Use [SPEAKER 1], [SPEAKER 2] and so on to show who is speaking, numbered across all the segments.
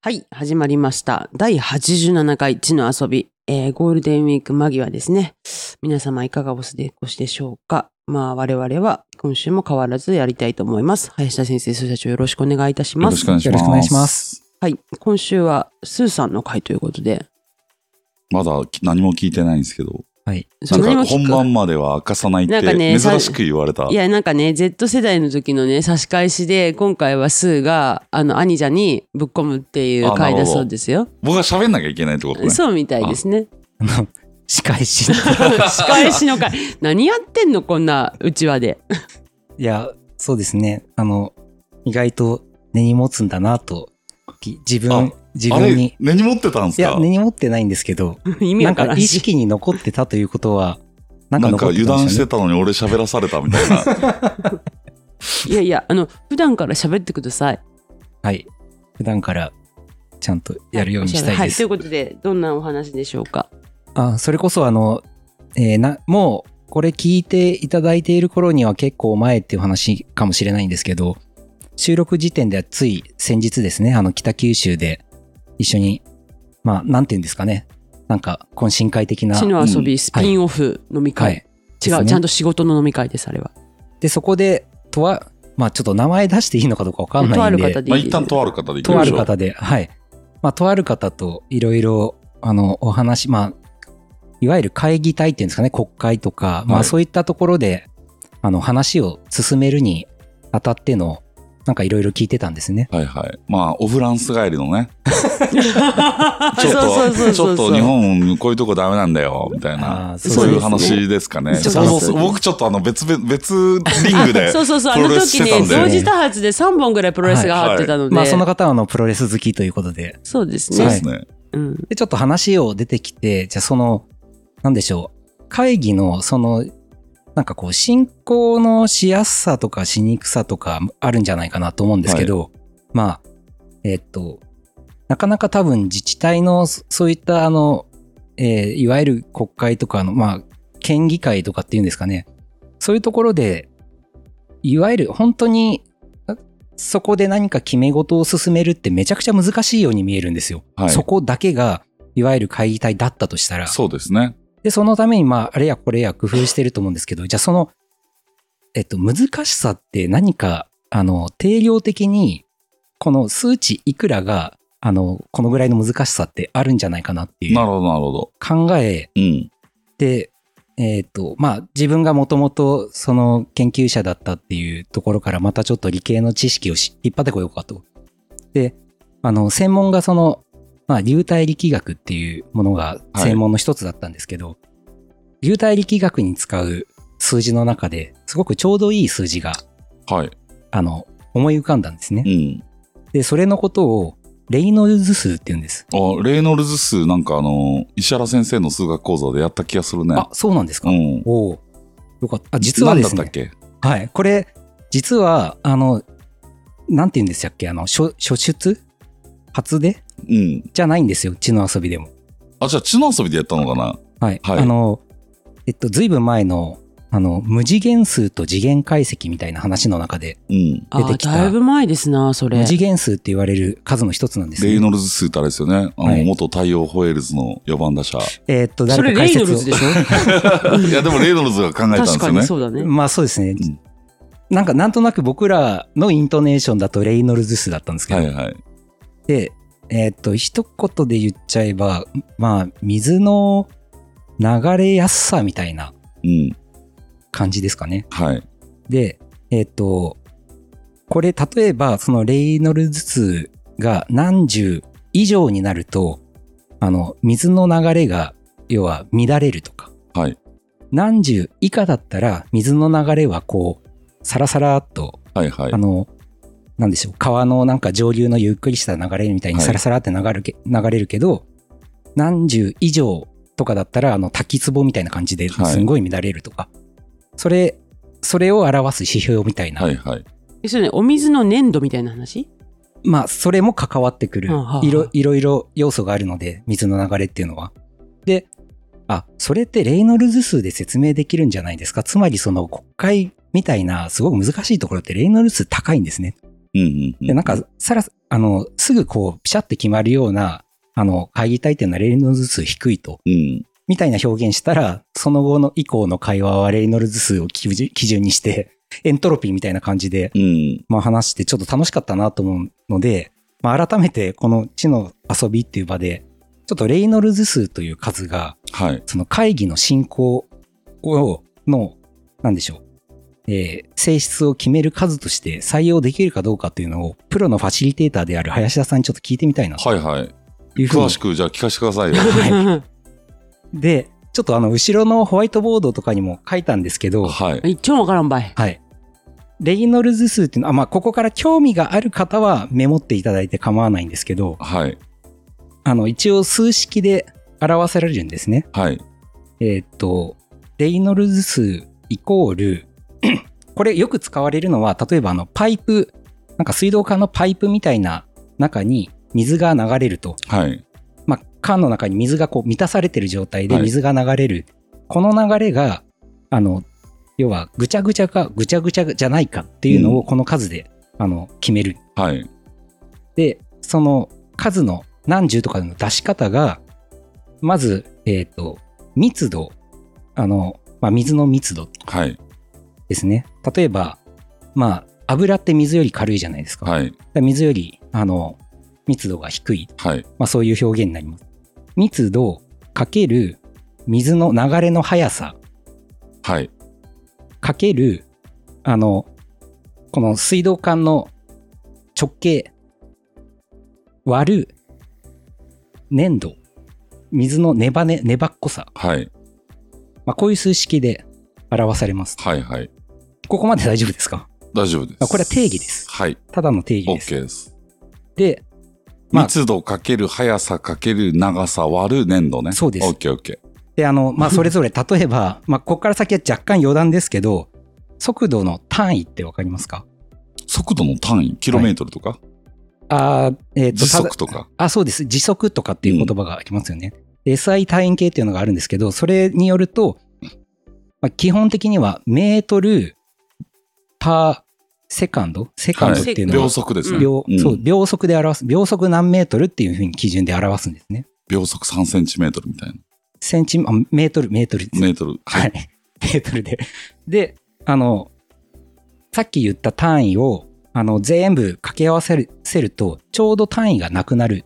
[SPEAKER 1] はい、始まりました。第87回地の遊び、えーゴールデンウィーク間際ですね。皆様いかがお過ごしでしょうかまあ、我々は今週も変わらずやりたいと思います。林田先生、スー社長よろしくお願いいたし
[SPEAKER 2] よ
[SPEAKER 1] ま
[SPEAKER 2] ろし
[SPEAKER 1] す。
[SPEAKER 2] くお願いし
[SPEAKER 3] よ
[SPEAKER 2] ま
[SPEAKER 3] ろ
[SPEAKER 2] す。
[SPEAKER 3] しくお願いしま。す。
[SPEAKER 1] はい、今週はスーさんの回ということで、
[SPEAKER 2] まだ何も聞いてないんですけど、
[SPEAKER 3] はい。
[SPEAKER 1] そ
[SPEAKER 2] な
[SPEAKER 1] う何も
[SPEAKER 2] んか
[SPEAKER 1] 聞
[SPEAKER 2] 本
[SPEAKER 1] く
[SPEAKER 2] 番までは明かさないっ
[SPEAKER 1] な
[SPEAKER 2] て
[SPEAKER 1] んかね
[SPEAKER 2] 珍しく言われた。
[SPEAKER 1] いや、なんかね、Z 世代の時のね、差し返しで、今回はスーが、あの、兄者にぶっ込むっていう回だそうですよ。
[SPEAKER 2] 僕が喋んなきゃいけないってことね。
[SPEAKER 1] そうみたいですね。
[SPEAKER 3] あの、仕返
[SPEAKER 1] 仕
[SPEAKER 3] し。
[SPEAKER 1] 返しの回。何やってんのこんなうちわで。
[SPEAKER 3] いや、そうですね。あの、意外と根に持つんだなと、き自分、自
[SPEAKER 2] あ
[SPEAKER 3] 分
[SPEAKER 2] れ
[SPEAKER 3] に。
[SPEAKER 2] 根に持ってたんです
[SPEAKER 3] いや、
[SPEAKER 2] か
[SPEAKER 3] 根に持ってないんですけど、
[SPEAKER 1] 意味
[SPEAKER 3] な
[SPEAKER 1] わ
[SPEAKER 3] ん
[SPEAKER 1] から
[SPEAKER 3] か
[SPEAKER 1] ん
[SPEAKER 3] 意
[SPEAKER 1] し。
[SPEAKER 3] 識に残ってたということは、なんか
[SPEAKER 2] なんか
[SPEAKER 3] 残って
[SPEAKER 2] 油
[SPEAKER 3] たん
[SPEAKER 2] 断
[SPEAKER 3] で
[SPEAKER 2] し
[SPEAKER 3] すよ
[SPEAKER 2] て
[SPEAKER 3] ね。
[SPEAKER 2] たのに俺喋らされたみたいな。
[SPEAKER 1] いやいや、あの、普段から喋ってください。
[SPEAKER 3] はい。普段から、ちゃんとやるようにしたい
[SPEAKER 1] は
[SPEAKER 3] で
[SPEAKER 1] い、とい
[SPEAKER 3] す
[SPEAKER 1] う。ことで、どんなお話でしょうか。
[SPEAKER 3] あ、それこそあの、えーな、もう、これ聞いていただいている頃には結構前っていう話かもしれないんですけど、収録時点ではつい先日ですね、あの、北九州で一緒に、まあ、なんて言うんですかね、なんか、懇親会的な、
[SPEAKER 1] 地の遊びスピンオフ飲み
[SPEAKER 3] は
[SPEAKER 1] 会。
[SPEAKER 3] い。
[SPEAKER 1] 違
[SPEAKER 3] です
[SPEAKER 1] う、
[SPEAKER 3] ね
[SPEAKER 1] ちゃんと仕事の飲み会です、あれは。
[SPEAKER 3] で、そこで、とは、まあ、ちょっと名前出していいのかどうかわかん
[SPEAKER 1] と
[SPEAKER 3] な
[SPEAKER 1] あ
[SPEAKER 3] いん
[SPEAKER 1] る
[SPEAKER 3] で、
[SPEAKER 1] 方で
[SPEAKER 2] まあ
[SPEAKER 1] いい
[SPEAKER 2] 一旦とある方でいき
[SPEAKER 3] と
[SPEAKER 2] ま
[SPEAKER 3] あ
[SPEAKER 2] しょ
[SPEAKER 3] る
[SPEAKER 2] う。
[SPEAKER 3] 方で、はい。まあ、とある方といろいろ、あの、お話、まあ、いわゆる会議体っていうんですかね、国会とか、ま
[SPEAKER 2] は
[SPEAKER 3] あ、
[SPEAKER 2] い
[SPEAKER 3] そういったところで、あの、話を進めるにあたっての、なんかいろいろ聞いてたんですね。
[SPEAKER 2] はいはい。まあ、オフランス帰りのね。
[SPEAKER 1] そうそう
[SPEAKER 2] ちょっ
[SPEAKER 1] そうそう
[SPEAKER 2] と、ちょっと日本こういうとこダメなんだよ、みたいな。
[SPEAKER 3] あー
[SPEAKER 1] そ
[SPEAKER 2] そうう
[SPEAKER 1] です
[SPEAKER 2] い
[SPEAKER 1] ね
[SPEAKER 2] う話ですかね。
[SPEAKER 1] ち
[SPEAKER 2] そ
[SPEAKER 1] ょ
[SPEAKER 2] う
[SPEAKER 1] っと
[SPEAKER 2] そうそう。僕ちょっとあの別々、別リング
[SPEAKER 1] あ
[SPEAKER 2] で。
[SPEAKER 1] そうそうそう、あ
[SPEAKER 2] プ
[SPEAKER 1] の
[SPEAKER 2] ロレスし
[SPEAKER 1] 時
[SPEAKER 2] てた
[SPEAKER 1] ね、
[SPEAKER 2] んで
[SPEAKER 1] 同時多発で3本ぐらいプロレスが張ってたので、
[SPEAKER 3] まあ、その方は、あの、プロレス好きということで、
[SPEAKER 1] そうです
[SPEAKER 2] そう
[SPEAKER 1] ね。
[SPEAKER 2] ですね。
[SPEAKER 1] うん
[SPEAKER 3] で、ちょっと話を出てきて、じゃあその、なんでしょう、会議の、その、なんかこう、進行のしやすさとかしにくさとかあるんじゃないかなと思うんですけど、まあ、えっと、なかなか多分自治体の、そそういった、あの、えーいわゆる国会とかの、まあ、県議会とかっていうんですかね、そういうところで、いわゆる本当に、あそこで何か決め事を進めるってめちゃくちゃ難しいように見えるんですよ。
[SPEAKER 2] はい
[SPEAKER 3] そこだけが、いわゆる会議体だったとしたら、
[SPEAKER 2] そうですね。
[SPEAKER 3] で、そのために、まあ、あれやこれや工夫してると思うんですけど、じゃあその、えっと、難しさって何か、あの、定量的に、この数値いくらが、あの、このぐらいの難しさってあるんじゃないかなってい
[SPEAKER 2] な
[SPEAKER 3] う
[SPEAKER 2] るほど、なるほど。
[SPEAKER 3] 考え
[SPEAKER 2] うん。
[SPEAKER 3] で、えっ、と、まあ、自分がもともとその研究者だったっていうところからまたちょっと理系の知識をし引っ張ってこようかと。で、あの、専門がその、まあ、流体力学っていうものが
[SPEAKER 2] はい
[SPEAKER 3] 専門の一つだったんですけど、流体力学に使う数字の中ですごくちょうどいい数字が、
[SPEAKER 2] はい。
[SPEAKER 3] あの、思い浮かんだんですね
[SPEAKER 2] う。ん。
[SPEAKER 3] で、それのことをレイノルズ数って言うんです。
[SPEAKER 2] あ、レイノルズ数なんかあの、石原先生の数学講座でやった気がするね。
[SPEAKER 3] あ、そうなんですか、
[SPEAKER 2] うん。
[SPEAKER 3] おおよかった。あ、実はです
[SPEAKER 2] 何だ
[SPEAKER 3] ね
[SPEAKER 2] ったっ。け
[SPEAKER 3] はい。これ、実は、あの、なんて言うんでしたっけあの、初初出初で
[SPEAKER 2] うん。
[SPEAKER 3] じゃないんですよ。地の遊びでも。
[SPEAKER 2] あ、じゃあ、地の遊びでやったのかな
[SPEAKER 3] はい。
[SPEAKER 2] はい
[SPEAKER 3] あの、えっと、ずいぶん前の、あの、無次元数と次元解析みたいな話の中で、
[SPEAKER 2] うん。
[SPEAKER 1] あ
[SPEAKER 3] 出てきた
[SPEAKER 1] だいぶ前ですな、それ。
[SPEAKER 3] 無次元数って言われる数の一つなんです
[SPEAKER 2] レイ
[SPEAKER 3] ね。
[SPEAKER 2] ノルズ数ってあれですよね。あの、
[SPEAKER 3] はい
[SPEAKER 2] 元太陽ホエールズの4番打 者。
[SPEAKER 3] えっと、
[SPEAKER 1] それ
[SPEAKER 3] 誰か
[SPEAKER 1] レ
[SPEAKER 3] 解
[SPEAKER 1] イノ
[SPEAKER 3] 説
[SPEAKER 1] ル
[SPEAKER 3] を
[SPEAKER 1] ズで。しょ
[SPEAKER 2] いや、でもレイノルズが考えたんです
[SPEAKER 1] 確か
[SPEAKER 2] よ
[SPEAKER 1] に
[SPEAKER 2] ね。
[SPEAKER 1] そうだね。
[SPEAKER 3] まあそうですね
[SPEAKER 2] うん。
[SPEAKER 3] なんか、なんとなく僕らのイントネーションだとレイノルズ数だったんですけ
[SPEAKER 2] は
[SPEAKER 3] ど
[SPEAKER 2] い、はい。
[SPEAKER 3] で、えーっと、一言で言っちゃえば、まあ、水の流れやすさみたいな
[SPEAKER 2] うん。
[SPEAKER 3] 感じですかね。
[SPEAKER 2] はい。
[SPEAKER 3] で、えーっと、これ、例えば、そのレイノルズ数が何十以上になると、あの、水の流れが、要は乱れるとか、
[SPEAKER 2] はい。
[SPEAKER 3] 何十以下だったら、水の流れはこう、サラサラっと
[SPEAKER 2] はいはい
[SPEAKER 3] あ。の、なんでしょう、川のなんか上流のゆっくりした流れみたいに
[SPEAKER 2] はい
[SPEAKER 3] サラサラって流れるけ,、流れるけど、何十以上とかだったら、あの、滝壺みたいな感じで
[SPEAKER 2] はい
[SPEAKER 3] すんごい乱れるとか、それ、それを表す指標みたいな、
[SPEAKER 2] はいはい。
[SPEAKER 1] 要するにお水の粘土みたいな話
[SPEAKER 3] まあ、それも関わってくる
[SPEAKER 1] はあはあ、
[SPEAKER 3] いろいろいろ要素があるので、水の流れっていうのは。で、あ、それってレイノルズ数で説明できるんじゃないですか。つまり、その国会みたいな、すごく難しいところってレイノルズ数高いんですね。
[SPEAKER 2] うんうんうん。
[SPEAKER 3] で、なんか、さら、あの、すぐこう、ピシャって決まるような、あの、会議体っていうのはレイノルズ数低いと、
[SPEAKER 2] うん。
[SPEAKER 3] みたいな表現したら、その後の以降の会話はレイノルズ数を基準基準にして、エントロピーみたいな感じで、
[SPEAKER 2] うん。
[SPEAKER 3] まあ話してちょっと楽しかったなと思うので、まあ改めてこの地の遊びっていう場で、ちょっとレイノルズ数という数が、
[SPEAKER 2] はい。
[SPEAKER 3] その会議の進行を、の、なんでしょう、えー性質を決める数として採用できるかどうかっていうのを、プロのファシリテーターである林田さんにちょっと聞いてみたいなと
[SPEAKER 2] はいはい。
[SPEAKER 3] いうふうに。
[SPEAKER 2] 詳しく、じゃあ聞かせてください よ。
[SPEAKER 3] で、ちょっとあの、後ろのホワイトボードとかにも書いたんですけど、
[SPEAKER 2] は い。
[SPEAKER 1] 一丁もわからんばい。
[SPEAKER 3] はい。レイノルズ数っていうのは、あまあ、ここから興味がある方はメモっていただいて構わないんですけど、
[SPEAKER 2] はい。
[SPEAKER 3] あの、一応数式で表されるんですね。
[SPEAKER 2] はい。
[SPEAKER 3] えーっと、レイノルズ数イコール、 これよく使われるのは、例えばあの、パイプ、なんか水道管のパイプみたいな中に水が流れると。
[SPEAKER 2] はい。
[SPEAKER 3] まあ、缶の中に水がこう満たされてる状態で
[SPEAKER 2] はい
[SPEAKER 3] 水が流れる。この流れが、あの、要はぐちゃぐちゃかぐちゃぐちゃじゃないかっていうの
[SPEAKER 2] う
[SPEAKER 3] をこの数で、あの決める。
[SPEAKER 2] はい。
[SPEAKER 3] で、その数の何十とかの出し方が、まず、えっ、と、密度、あの、まあ、水の密度
[SPEAKER 2] はい。
[SPEAKER 3] ですね。例えば、まあ、油って水より軽いじゃないですか。だか
[SPEAKER 2] はい。
[SPEAKER 3] ら水より、あの、密度が低い。
[SPEAKER 2] はい。
[SPEAKER 3] まあ、そういう表現になります。密度かける水の流れの速さ
[SPEAKER 2] はい。
[SPEAKER 3] かける、あの、この水道管の直径割る粘度、水のネバネ、粘っこさ。
[SPEAKER 2] はい。
[SPEAKER 3] まあ、こういう数式で表されます。
[SPEAKER 2] はい。はい。
[SPEAKER 3] ここまで大丈夫ですか
[SPEAKER 2] 大丈夫です。
[SPEAKER 3] あこれは定義です
[SPEAKER 2] はい。
[SPEAKER 3] ただの定義です。
[SPEAKER 2] OK です。
[SPEAKER 3] で、まあ
[SPEAKER 2] 密度かける速さかける長さ割る粘度ね。
[SPEAKER 3] そうです
[SPEAKER 2] オッケーオッケー。
[SPEAKER 3] で、あの、まあ、それぞれ、例えば、まあ、ここから先は若干余談ですけど、速度の単位ってわかりますか
[SPEAKER 2] 速度の単位、キロメートルとか、
[SPEAKER 3] あーえっ、と、
[SPEAKER 2] 時
[SPEAKER 3] ただ
[SPEAKER 2] 速とか。
[SPEAKER 3] あ、そうです。時速とかっていう言葉がありますよね。で SI 単位系っていうのがあるんですけど、それによると、まあ、基本的にはメートルパーセカンドセカンドっていうのは
[SPEAKER 2] 秒速ですね。
[SPEAKER 3] 秒
[SPEAKER 2] ん
[SPEAKER 3] そう秒速で表す。秒速何メートルっていうふうに基準で表すんですね。
[SPEAKER 2] 秒速3センチメートルみたいな。
[SPEAKER 3] センチ、あメートル、メートルです。
[SPEAKER 2] メートル。
[SPEAKER 3] はい。メートルで。で、あの、さっき言った単位を、あの、全部掛け合わせるせると、ちょうど単位がなくなる。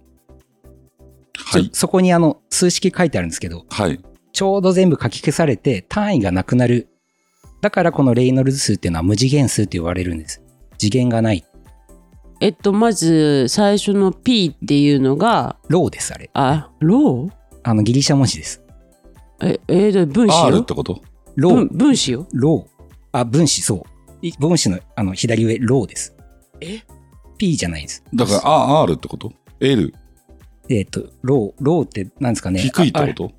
[SPEAKER 2] は
[SPEAKER 3] ち
[SPEAKER 2] い
[SPEAKER 3] ょ。そこにあの、数式書いてあるんですけど、
[SPEAKER 2] はい。
[SPEAKER 3] ちょうど全部書き消されて単位がなくなる。だからこのレイノルズ数っていうのは無次元数って言われるんです。次元がない。
[SPEAKER 1] えっと、まず、最初の P っていうのが、
[SPEAKER 3] ローです、あれ。
[SPEAKER 1] あ、ロ
[SPEAKER 3] あの、ギリシャ文字です。
[SPEAKER 1] ーえ、えー、で分子
[SPEAKER 2] R っ
[SPEAKER 1] よ
[SPEAKER 2] てこと
[SPEAKER 3] ロ
[SPEAKER 1] 分
[SPEAKER 3] ー、
[SPEAKER 1] 分子よ
[SPEAKER 3] ロー。あ、分子、そう。い分子のあの左上、ローです。
[SPEAKER 1] え
[SPEAKER 3] ?P じゃないです。
[SPEAKER 2] だから、あ R ってこと ?L。
[SPEAKER 3] えっ、と、ロー、ローって何ですかね。
[SPEAKER 2] 低いって
[SPEAKER 3] あ
[SPEAKER 2] ことだか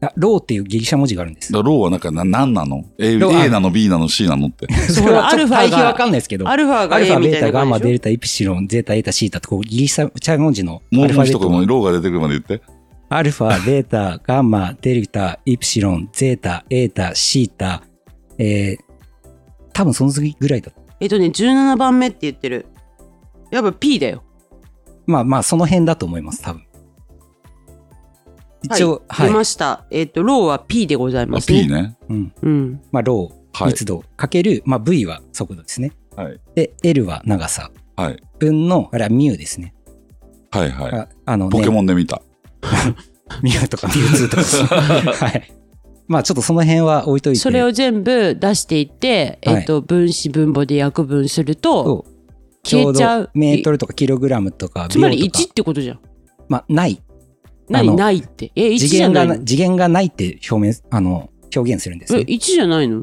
[SPEAKER 3] ああローっていうギリシャ文字があるんです。
[SPEAKER 2] ら、ローはなんかな、何なの A, ?A
[SPEAKER 3] ローあ
[SPEAKER 2] なの ?B なの ?C なのって。
[SPEAKER 1] そう
[SPEAKER 3] れは
[SPEAKER 1] ア
[SPEAKER 3] ちょ
[SPEAKER 1] ル
[SPEAKER 3] っ
[SPEAKER 1] フ
[SPEAKER 3] と
[SPEAKER 1] ァが
[SPEAKER 3] 対比わかんないですけど。
[SPEAKER 1] アルファが
[SPEAKER 3] アルフ
[SPEAKER 1] A
[SPEAKER 3] ァ、ベ
[SPEAKER 1] みた
[SPEAKER 3] ー
[SPEAKER 1] いな
[SPEAKER 3] タ、ガン
[SPEAKER 1] 感
[SPEAKER 3] マ、
[SPEAKER 1] じで
[SPEAKER 3] デ
[SPEAKER 1] し
[SPEAKER 3] ルタ、エプシロン、ゼータ、エータ、シータとこうギリシャ文字の
[SPEAKER 2] も
[SPEAKER 3] ア
[SPEAKER 2] う
[SPEAKER 3] ルファベ
[SPEAKER 2] 一
[SPEAKER 3] ット
[SPEAKER 2] 言
[SPEAKER 3] が
[SPEAKER 2] もローが出てくるまで言って。
[SPEAKER 3] アルファ、ベータ、ガンマ、デルタ、イプシロン、ゼータ、エータ、シータ、えー、多分その次ぐらいだ。
[SPEAKER 1] えっとね、17番目って言ってる。やっぱ P だよ。
[SPEAKER 3] まあまあ、その辺だと思います、多分。一応、
[SPEAKER 1] は、
[SPEAKER 3] はいい。
[SPEAKER 1] 出ました。えっと、ローは P でござい
[SPEAKER 2] あ
[SPEAKER 1] ますね。
[SPEAKER 2] P ね。
[SPEAKER 3] うん。
[SPEAKER 1] うん。
[SPEAKER 3] まあ、ロー、
[SPEAKER 2] はい。
[SPEAKER 3] 密度、かける、まあ、V は速度ですね。
[SPEAKER 2] はい。
[SPEAKER 3] で、L は長さ。
[SPEAKER 2] はい。
[SPEAKER 3] 分の、あれはミュウですね。
[SPEAKER 2] はいはい。
[SPEAKER 3] ああの、ね、
[SPEAKER 2] ポケモンで見た。
[SPEAKER 3] ミュウとかミュウツーと か。はい。まあ、ちょっとその辺は置いといて。
[SPEAKER 1] それを全部出していって、
[SPEAKER 3] はい
[SPEAKER 1] えっと、分子分母で約分すると、
[SPEAKER 3] そう、
[SPEAKER 1] 消えちゃ
[SPEAKER 3] ょ
[SPEAKER 1] う
[SPEAKER 3] ど。メートルとかキログラムとか秒とか。
[SPEAKER 1] つまり1ってことじゃん。
[SPEAKER 3] まあ、ない。あ
[SPEAKER 1] 何
[SPEAKER 3] の
[SPEAKER 1] ないって。え、1
[SPEAKER 3] 次
[SPEAKER 1] じゃ
[SPEAKER 3] 元
[SPEAKER 1] ない
[SPEAKER 3] が、
[SPEAKER 1] の
[SPEAKER 3] 次元がないって表明、あの、表現するんです
[SPEAKER 1] え、
[SPEAKER 3] ね。
[SPEAKER 1] 1じゃないの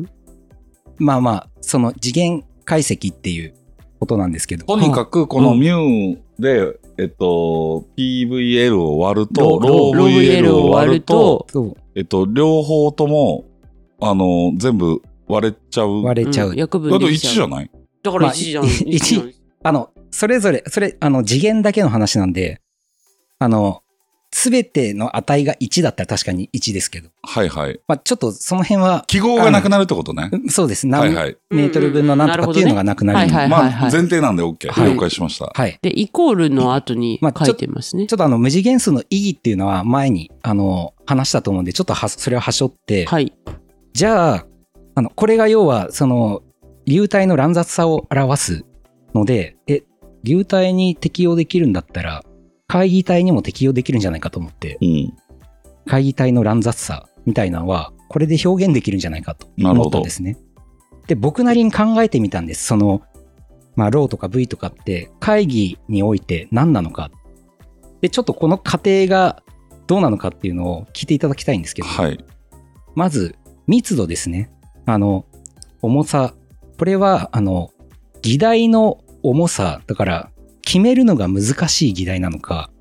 [SPEAKER 3] まあまあ、その次元解析っていうことなんですけど。
[SPEAKER 2] とにかく、この
[SPEAKER 3] うん
[SPEAKER 2] ミュウで、えっと、PVL を割ると、
[SPEAKER 3] ロ
[SPEAKER 2] ロ
[SPEAKER 1] ロー
[SPEAKER 2] ー VL を割ると、
[SPEAKER 3] く、そ
[SPEAKER 2] えっと、両方とも、あの、全部割れちゃう。
[SPEAKER 3] う、
[SPEAKER 2] だ
[SPEAKER 3] 割れちゃう。
[SPEAKER 1] ん約分
[SPEAKER 2] と
[SPEAKER 1] で
[SPEAKER 2] 1
[SPEAKER 1] きち
[SPEAKER 2] じ
[SPEAKER 1] ゃ
[SPEAKER 2] ゃ
[SPEAKER 1] う。
[SPEAKER 2] ない
[SPEAKER 1] だから1じゃん。
[SPEAKER 3] まあ
[SPEAKER 1] 1じゃん
[SPEAKER 3] あの、それぞれ、それ、あの、次元だけの話なんで、あの、すべての値が1だったら確かに1ですけど、
[SPEAKER 2] はいはい。
[SPEAKER 3] まあ、ちょっとその辺は、
[SPEAKER 2] 記号がなくなるってことね。
[SPEAKER 3] そうです。
[SPEAKER 2] はい
[SPEAKER 3] 何
[SPEAKER 2] はい。
[SPEAKER 3] メートル分のなんとかっていうのがなくなるので
[SPEAKER 1] はい
[SPEAKER 2] まあ
[SPEAKER 1] はいはい、
[SPEAKER 2] 前提なんで OK。
[SPEAKER 3] はい
[SPEAKER 2] 了解しました。
[SPEAKER 3] はい。
[SPEAKER 1] で、イコールの後に書いてますね
[SPEAKER 3] ち。ょっとあの、無次元数の意義っていうのは前に、あの、話したと思うんで、ちょっとは、それを端折って、
[SPEAKER 1] はい。
[SPEAKER 3] じゃあ、あの、これが要は、その、流体の乱雑さを表すので、え、流体に適用できるんだったら、会議体にも適用できるんじゃないかと思って、
[SPEAKER 2] うん。
[SPEAKER 3] 会議体の乱雑さみたいなのは、これで表現できるんじゃないかと
[SPEAKER 2] なる
[SPEAKER 3] 思
[SPEAKER 2] ほ
[SPEAKER 3] った
[SPEAKER 2] ど
[SPEAKER 3] んですね。で、僕なりに考えてみたんです。その、まあ、ローとか V とかって、会議において何なのか。で、ちょっとこの過程がどうなのかっていうのを聞いていただきたいんですけど、
[SPEAKER 2] はい。
[SPEAKER 3] まず、密度ですね。あの、重さ。これは、あの、議題の重さ。だから、決めるのが難しい議題なのか、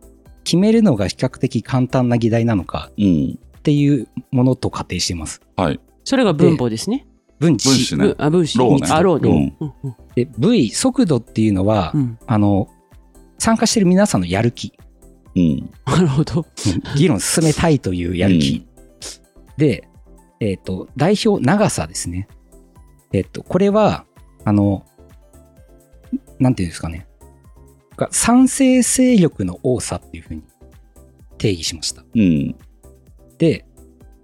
[SPEAKER 3] 決めるのが比較的簡単な議題なのか
[SPEAKER 2] うん。
[SPEAKER 3] っていうものと仮定しています。
[SPEAKER 2] はい。
[SPEAKER 1] それが文法ですね。
[SPEAKER 3] 分子。
[SPEAKER 2] 分子ね
[SPEAKER 1] ぶ。あ、分子。
[SPEAKER 2] ローね
[SPEAKER 1] あ、ローね。うんうん
[SPEAKER 3] で V、速度っていうのは、
[SPEAKER 1] うん
[SPEAKER 3] あの、参加してる皆さんのやる気。
[SPEAKER 2] うん。
[SPEAKER 1] なるほど。
[SPEAKER 3] 議論進めたいというやる気。で、えっ、と、代表長さですね。えっ、と、これは、あの、なんていうんですかね。が賛成勢力の多さっていうふうに定義しました。
[SPEAKER 2] うん。
[SPEAKER 3] で、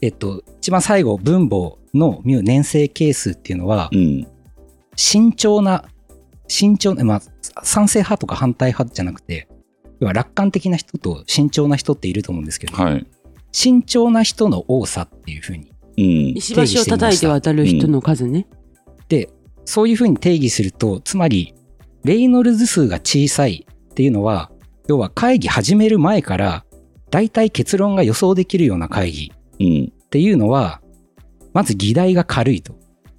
[SPEAKER 3] えっ、と、一番最後、分母のミュ年生係数っていうのは
[SPEAKER 2] う、ん。
[SPEAKER 3] 慎重な、慎重な、まあ、賛成派とか反対派じゃなくて、要は楽観的な人と慎重な人っていると思うんですけど、
[SPEAKER 2] はい。
[SPEAKER 3] 慎重な人の多さっていうふうに。
[SPEAKER 2] うん。
[SPEAKER 1] 石橋を叩いて渡る人の数ね。
[SPEAKER 3] で、そういうふうに定義すると、つまり、レイノルズ数が小さいっていうのは、要は会議始める前から、大体結論が予想できるような会議
[SPEAKER 2] うん。
[SPEAKER 3] っていうのは、まず議題が軽いと。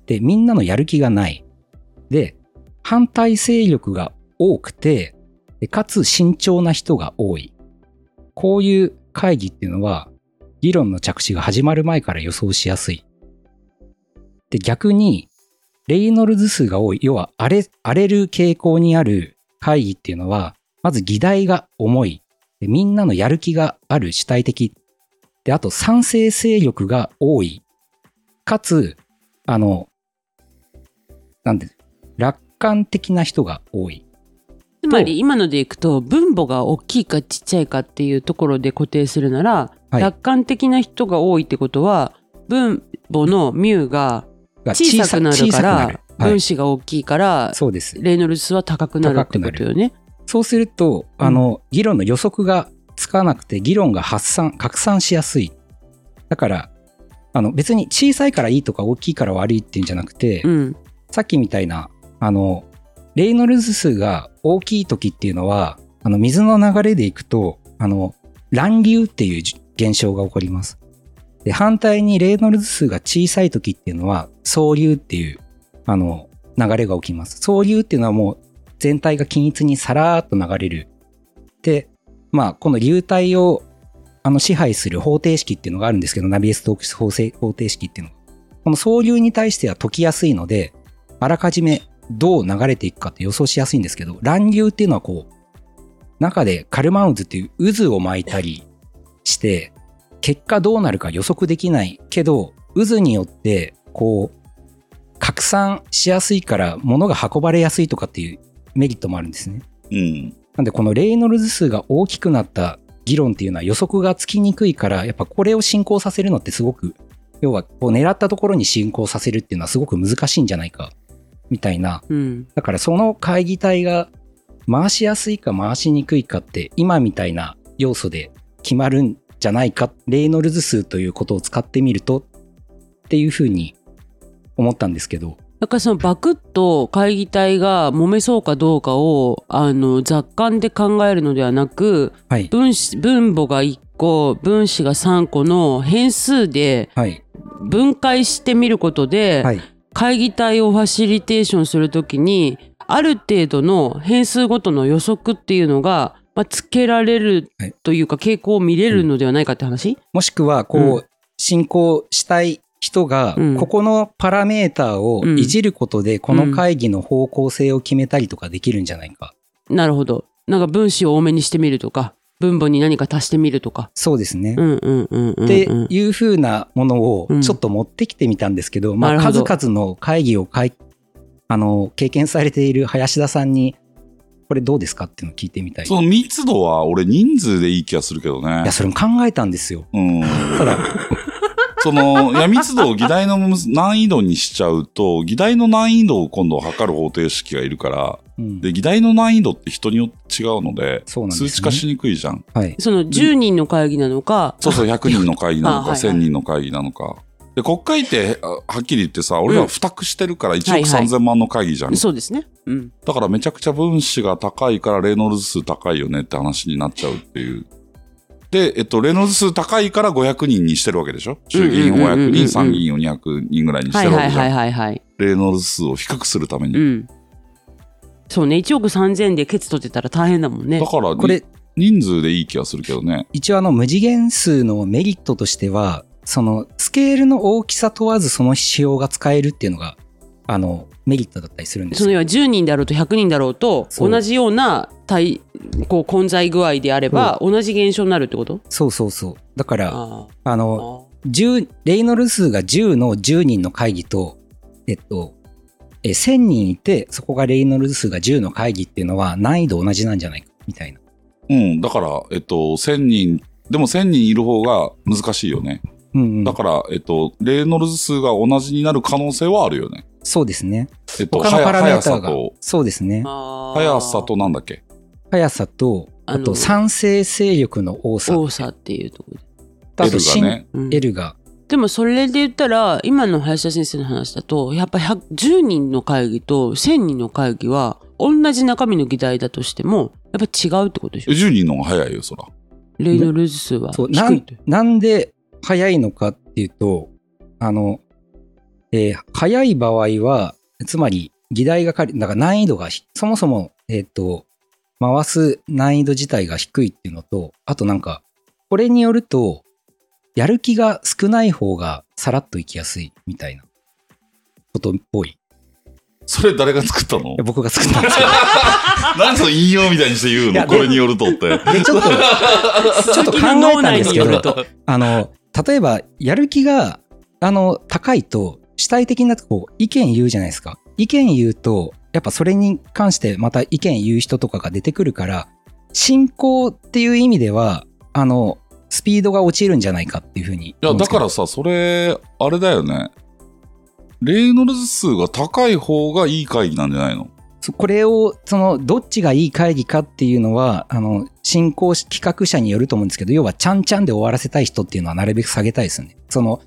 [SPEAKER 3] で、みんなのやる気がない。で、反対勢力が多くて、でかつ慎重な人が多い。こういう会議っていうのは、議論の着手が始まる前から予想しやすい。で、逆に、レイノルズ数が多い、要は荒れ荒れる傾向にある会議っていうのは、まず議題が重い。でみんなのやる気がある主体的で、あと賛成勢力が多い。かつ、あの、なんで、楽観的な人が多い。
[SPEAKER 1] つまり今のでいくと分母が大きいかちっちゃいかっていうところで固定するなら、
[SPEAKER 3] はい
[SPEAKER 1] 楽観的な人が多いってことは分母のミュが
[SPEAKER 3] が
[SPEAKER 1] 小さくなる
[SPEAKER 3] 小
[SPEAKER 1] か
[SPEAKER 3] さくなる
[SPEAKER 1] ら
[SPEAKER 3] は
[SPEAKER 1] 分
[SPEAKER 3] い、
[SPEAKER 1] 子が大きいから
[SPEAKER 3] そうです。
[SPEAKER 1] レイノルズは高くなるってことよね。
[SPEAKER 3] そうすると、あの、議論の予測がつかなくて、議論が発散、拡散しやすい。だから、あの、別に小さいからいいとか大きいから悪いっていうんじゃなくて、
[SPEAKER 1] うん、
[SPEAKER 3] さっきみたいな、あの、レイノルズ数が大きい時っていうのは、あの、水の流れでいくと、あの、乱流っていうじ現象が起こります。で、反対にレイノルズ数が小さい時っていうのは、総流っていう、あの、流れが起きます。総流っていうのはもう、全体が均一にさらーっと流れる。で、まあ、この流体を、あの、支配する方程式っていうのがあるんですけど、ナビエストークス方程方程式っていうのが。この総流に対しては解きやすいので、あらかじめどう流れていくかって予想しやすいんですけど、乱流っていうのはこう、中でカルマン渦っていう渦を巻いたりして、結果どうなるか予測できないけど、渦によってこう、拡散しやすいから物が運ばれやすいとかっていうメリットもあるんですね。
[SPEAKER 2] うん。
[SPEAKER 3] なんでこのレイノルズ数が大きくなった議論っていうのは予測がつきにくいから、やっぱこれを進行させるのってすごく、要はこう狙ったところに進行させるっていうのはすごく難しいんじゃないか、みたいな。
[SPEAKER 1] うん、
[SPEAKER 3] だからその会議体が回しやすいか回しにくいかって、今みたいな要素で決まるんじゃないか、レイノルズ数ということを使ってみると、っていうふうに思ったんですけど、
[SPEAKER 1] だからそのバクッと会議体が揉めそうかどうかをあの雑感で考えるのではなく
[SPEAKER 3] はい。
[SPEAKER 1] 分子分母が1個分子が3個の変数で
[SPEAKER 3] はい。
[SPEAKER 1] 分解してみることで、
[SPEAKER 3] はい。
[SPEAKER 1] 会議体をファシリテーションするときにある程度の変数ごとの予測っていうのが、まあ、つけられる
[SPEAKER 3] はい
[SPEAKER 1] というか傾向を見れるのではないかって話、
[SPEAKER 3] もしくは、こう、
[SPEAKER 1] う
[SPEAKER 3] 進行したい人が、
[SPEAKER 1] うん
[SPEAKER 3] ここのパラメーターをいじることで、この会議の方向性を決めたりとかできるんじゃないか。
[SPEAKER 1] なるほどなんか分子を多めにしてみるとか分母に何か足してみるとか。
[SPEAKER 3] そうですね。
[SPEAKER 1] うんうんうんうん。
[SPEAKER 3] って
[SPEAKER 1] うん
[SPEAKER 3] いうふうなものを
[SPEAKER 1] うん
[SPEAKER 3] ちょっと持ってきてみたんですけど、
[SPEAKER 1] な
[SPEAKER 3] ま
[SPEAKER 1] る
[SPEAKER 3] あ、
[SPEAKER 1] ほ
[SPEAKER 3] 数
[SPEAKER 1] ど
[SPEAKER 3] 々の会議をかいあの経験されている林田さんに、これどうですかっていうのを聞いてみたい。い
[SPEAKER 2] その密度は俺人数でいい気がするけどね
[SPEAKER 3] や、。それも考えたんですよ。
[SPEAKER 2] うん。
[SPEAKER 3] ただ、
[SPEAKER 2] その、いや密度を議題のむず難易度にしちゃうと、議題の難易度を今度測る方程式がいるから、
[SPEAKER 3] うん
[SPEAKER 2] で、議題の難易度って人によって違うので、
[SPEAKER 3] そうなんですね
[SPEAKER 2] 数値化しにくいじゃん。
[SPEAKER 3] はい。
[SPEAKER 1] その10人の会議なのか、
[SPEAKER 2] そうそう、100人の会議なのか、
[SPEAKER 1] あはいはい
[SPEAKER 2] 1000人の会議なのか。で、国会って、あはっきり言ってさ、俺ら付託してるから1億
[SPEAKER 1] はいはい
[SPEAKER 2] 3000万の会議じゃん。
[SPEAKER 1] そうですね。うん。
[SPEAKER 2] だからめちゃくちゃ分子が高いからレノルズ数高いよねって話になっちゃうっていう。で、えっと、レノルズ数高いから500人にしてるわけでしょ衆議院を
[SPEAKER 1] うんうんうんうん
[SPEAKER 2] 500
[SPEAKER 1] うん
[SPEAKER 2] 人、参議院を200人ぐらいにし
[SPEAKER 1] は
[SPEAKER 2] て
[SPEAKER 1] い
[SPEAKER 2] るわ
[SPEAKER 1] はい
[SPEAKER 2] けじゃ
[SPEAKER 1] は
[SPEAKER 2] ん
[SPEAKER 1] い。はいはい。
[SPEAKER 2] レノルズ数を低くするため
[SPEAKER 1] う
[SPEAKER 2] に。
[SPEAKER 1] ん。そうね、1億3000でケツ取ってたら大変だもんね
[SPEAKER 2] だ。から、
[SPEAKER 3] これ、
[SPEAKER 2] に人数でいい気がするけどね。
[SPEAKER 3] 一応あの無次元数のメリットとしては、そのスケールの大きさ問わずその仕様が使えるっていうのが、あの、メリットだったりするんです
[SPEAKER 1] その
[SPEAKER 3] よ
[SPEAKER 1] 要は10人だろうと100人だろうと
[SPEAKER 3] そう
[SPEAKER 1] 同じような体こう混在具合であれば同じ現象になるってこと
[SPEAKER 3] そうそうそう。だから、
[SPEAKER 1] あ
[SPEAKER 3] あ
[SPEAKER 1] あ
[SPEAKER 3] の、10レイノルズ数が10の10人の会議と、えっと、え1000人いて、そこがレイノルズ数が10の会議っていうのは難易度同じなんじゃないか、みたいな。
[SPEAKER 2] うん、だから、えっと、1000人、でも1000人いる方が難しいよね。
[SPEAKER 3] うん、うん
[SPEAKER 2] だから、えっと、レノルズ数が同じになる可能性はあるよね。
[SPEAKER 3] そうですね。
[SPEAKER 2] えっと、
[SPEAKER 3] 他のパ
[SPEAKER 2] 速
[SPEAKER 3] ラメー
[SPEAKER 2] 速
[SPEAKER 3] タ
[SPEAKER 2] さ
[SPEAKER 3] ーが
[SPEAKER 2] と、。
[SPEAKER 3] そうですね。
[SPEAKER 1] あー
[SPEAKER 2] 速さとなんだっけ
[SPEAKER 3] 速さと、
[SPEAKER 1] あ
[SPEAKER 3] あ
[SPEAKER 1] の
[SPEAKER 3] と賛成勢力の多さ。
[SPEAKER 1] 多さっていうところで、
[SPEAKER 3] あと
[SPEAKER 2] ?L がね。
[SPEAKER 1] うん
[SPEAKER 3] L が。
[SPEAKER 1] でもそれで言ったら今の林田先生の話だとやっぱ100 10人の会議と1000人の会議は同じ中身の議題だとしてもやっぱ違うってことでしょ
[SPEAKER 2] 10人の方が早いよ、そら。
[SPEAKER 1] レイノルズ数は
[SPEAKER 3] そう
[SPEAKER 1] 低
[SPEAKER 3] ないん
[SPEAKER 1] と。
[SPEAKER 3] なんで速いのかっていうと、あの、えー速い場合は、つまり議題がかり、だから難易度がひ、そもそも、えっ、と、回す難易度自体が低いっていうのと、あとなんか、これによると、やる気が少ない方がさらっといきやすいみたいなことっぽい。い
[SPEAKER 2] それ誰が作ったの
[SPEAKER 3] や僕が作ったんですけど、
[SPEAKER 2] なんその引用みたいにして言う
[SPEAKER 3] いや
[SPEAKER 2] のこれによるとって。
[SPEAKER 3] で ちょっと、ちょっと考えたんで
[SPEAKER 1] 鈴
[SPEAKER 3] すけど
[SPEAKER 1] 木の脳内によると
[SPEAKER 3] あの、例えば、やる気が、あの、高いと、主体的になってこう、意見言うじゃないですか。意見言うと、やっぱそれに関してまた意見言う人とかが出てくるから、進行っていう意味では、あの、スピードが落ちるんじゃないかっていうふうに、
[SPEAKER 2] いや、だかららさ、それ、あれだよね。レイノルズ数が高い方がいい会議なんじゃないの
[SPEAKER 3] そこれを、その、どっちがいい会議かっていうのは、あの、進行し企画者によると思うんですけど、要は、ちゃんちゃんで終わらせたい人っていうのはなるべく下げたいですよね。その、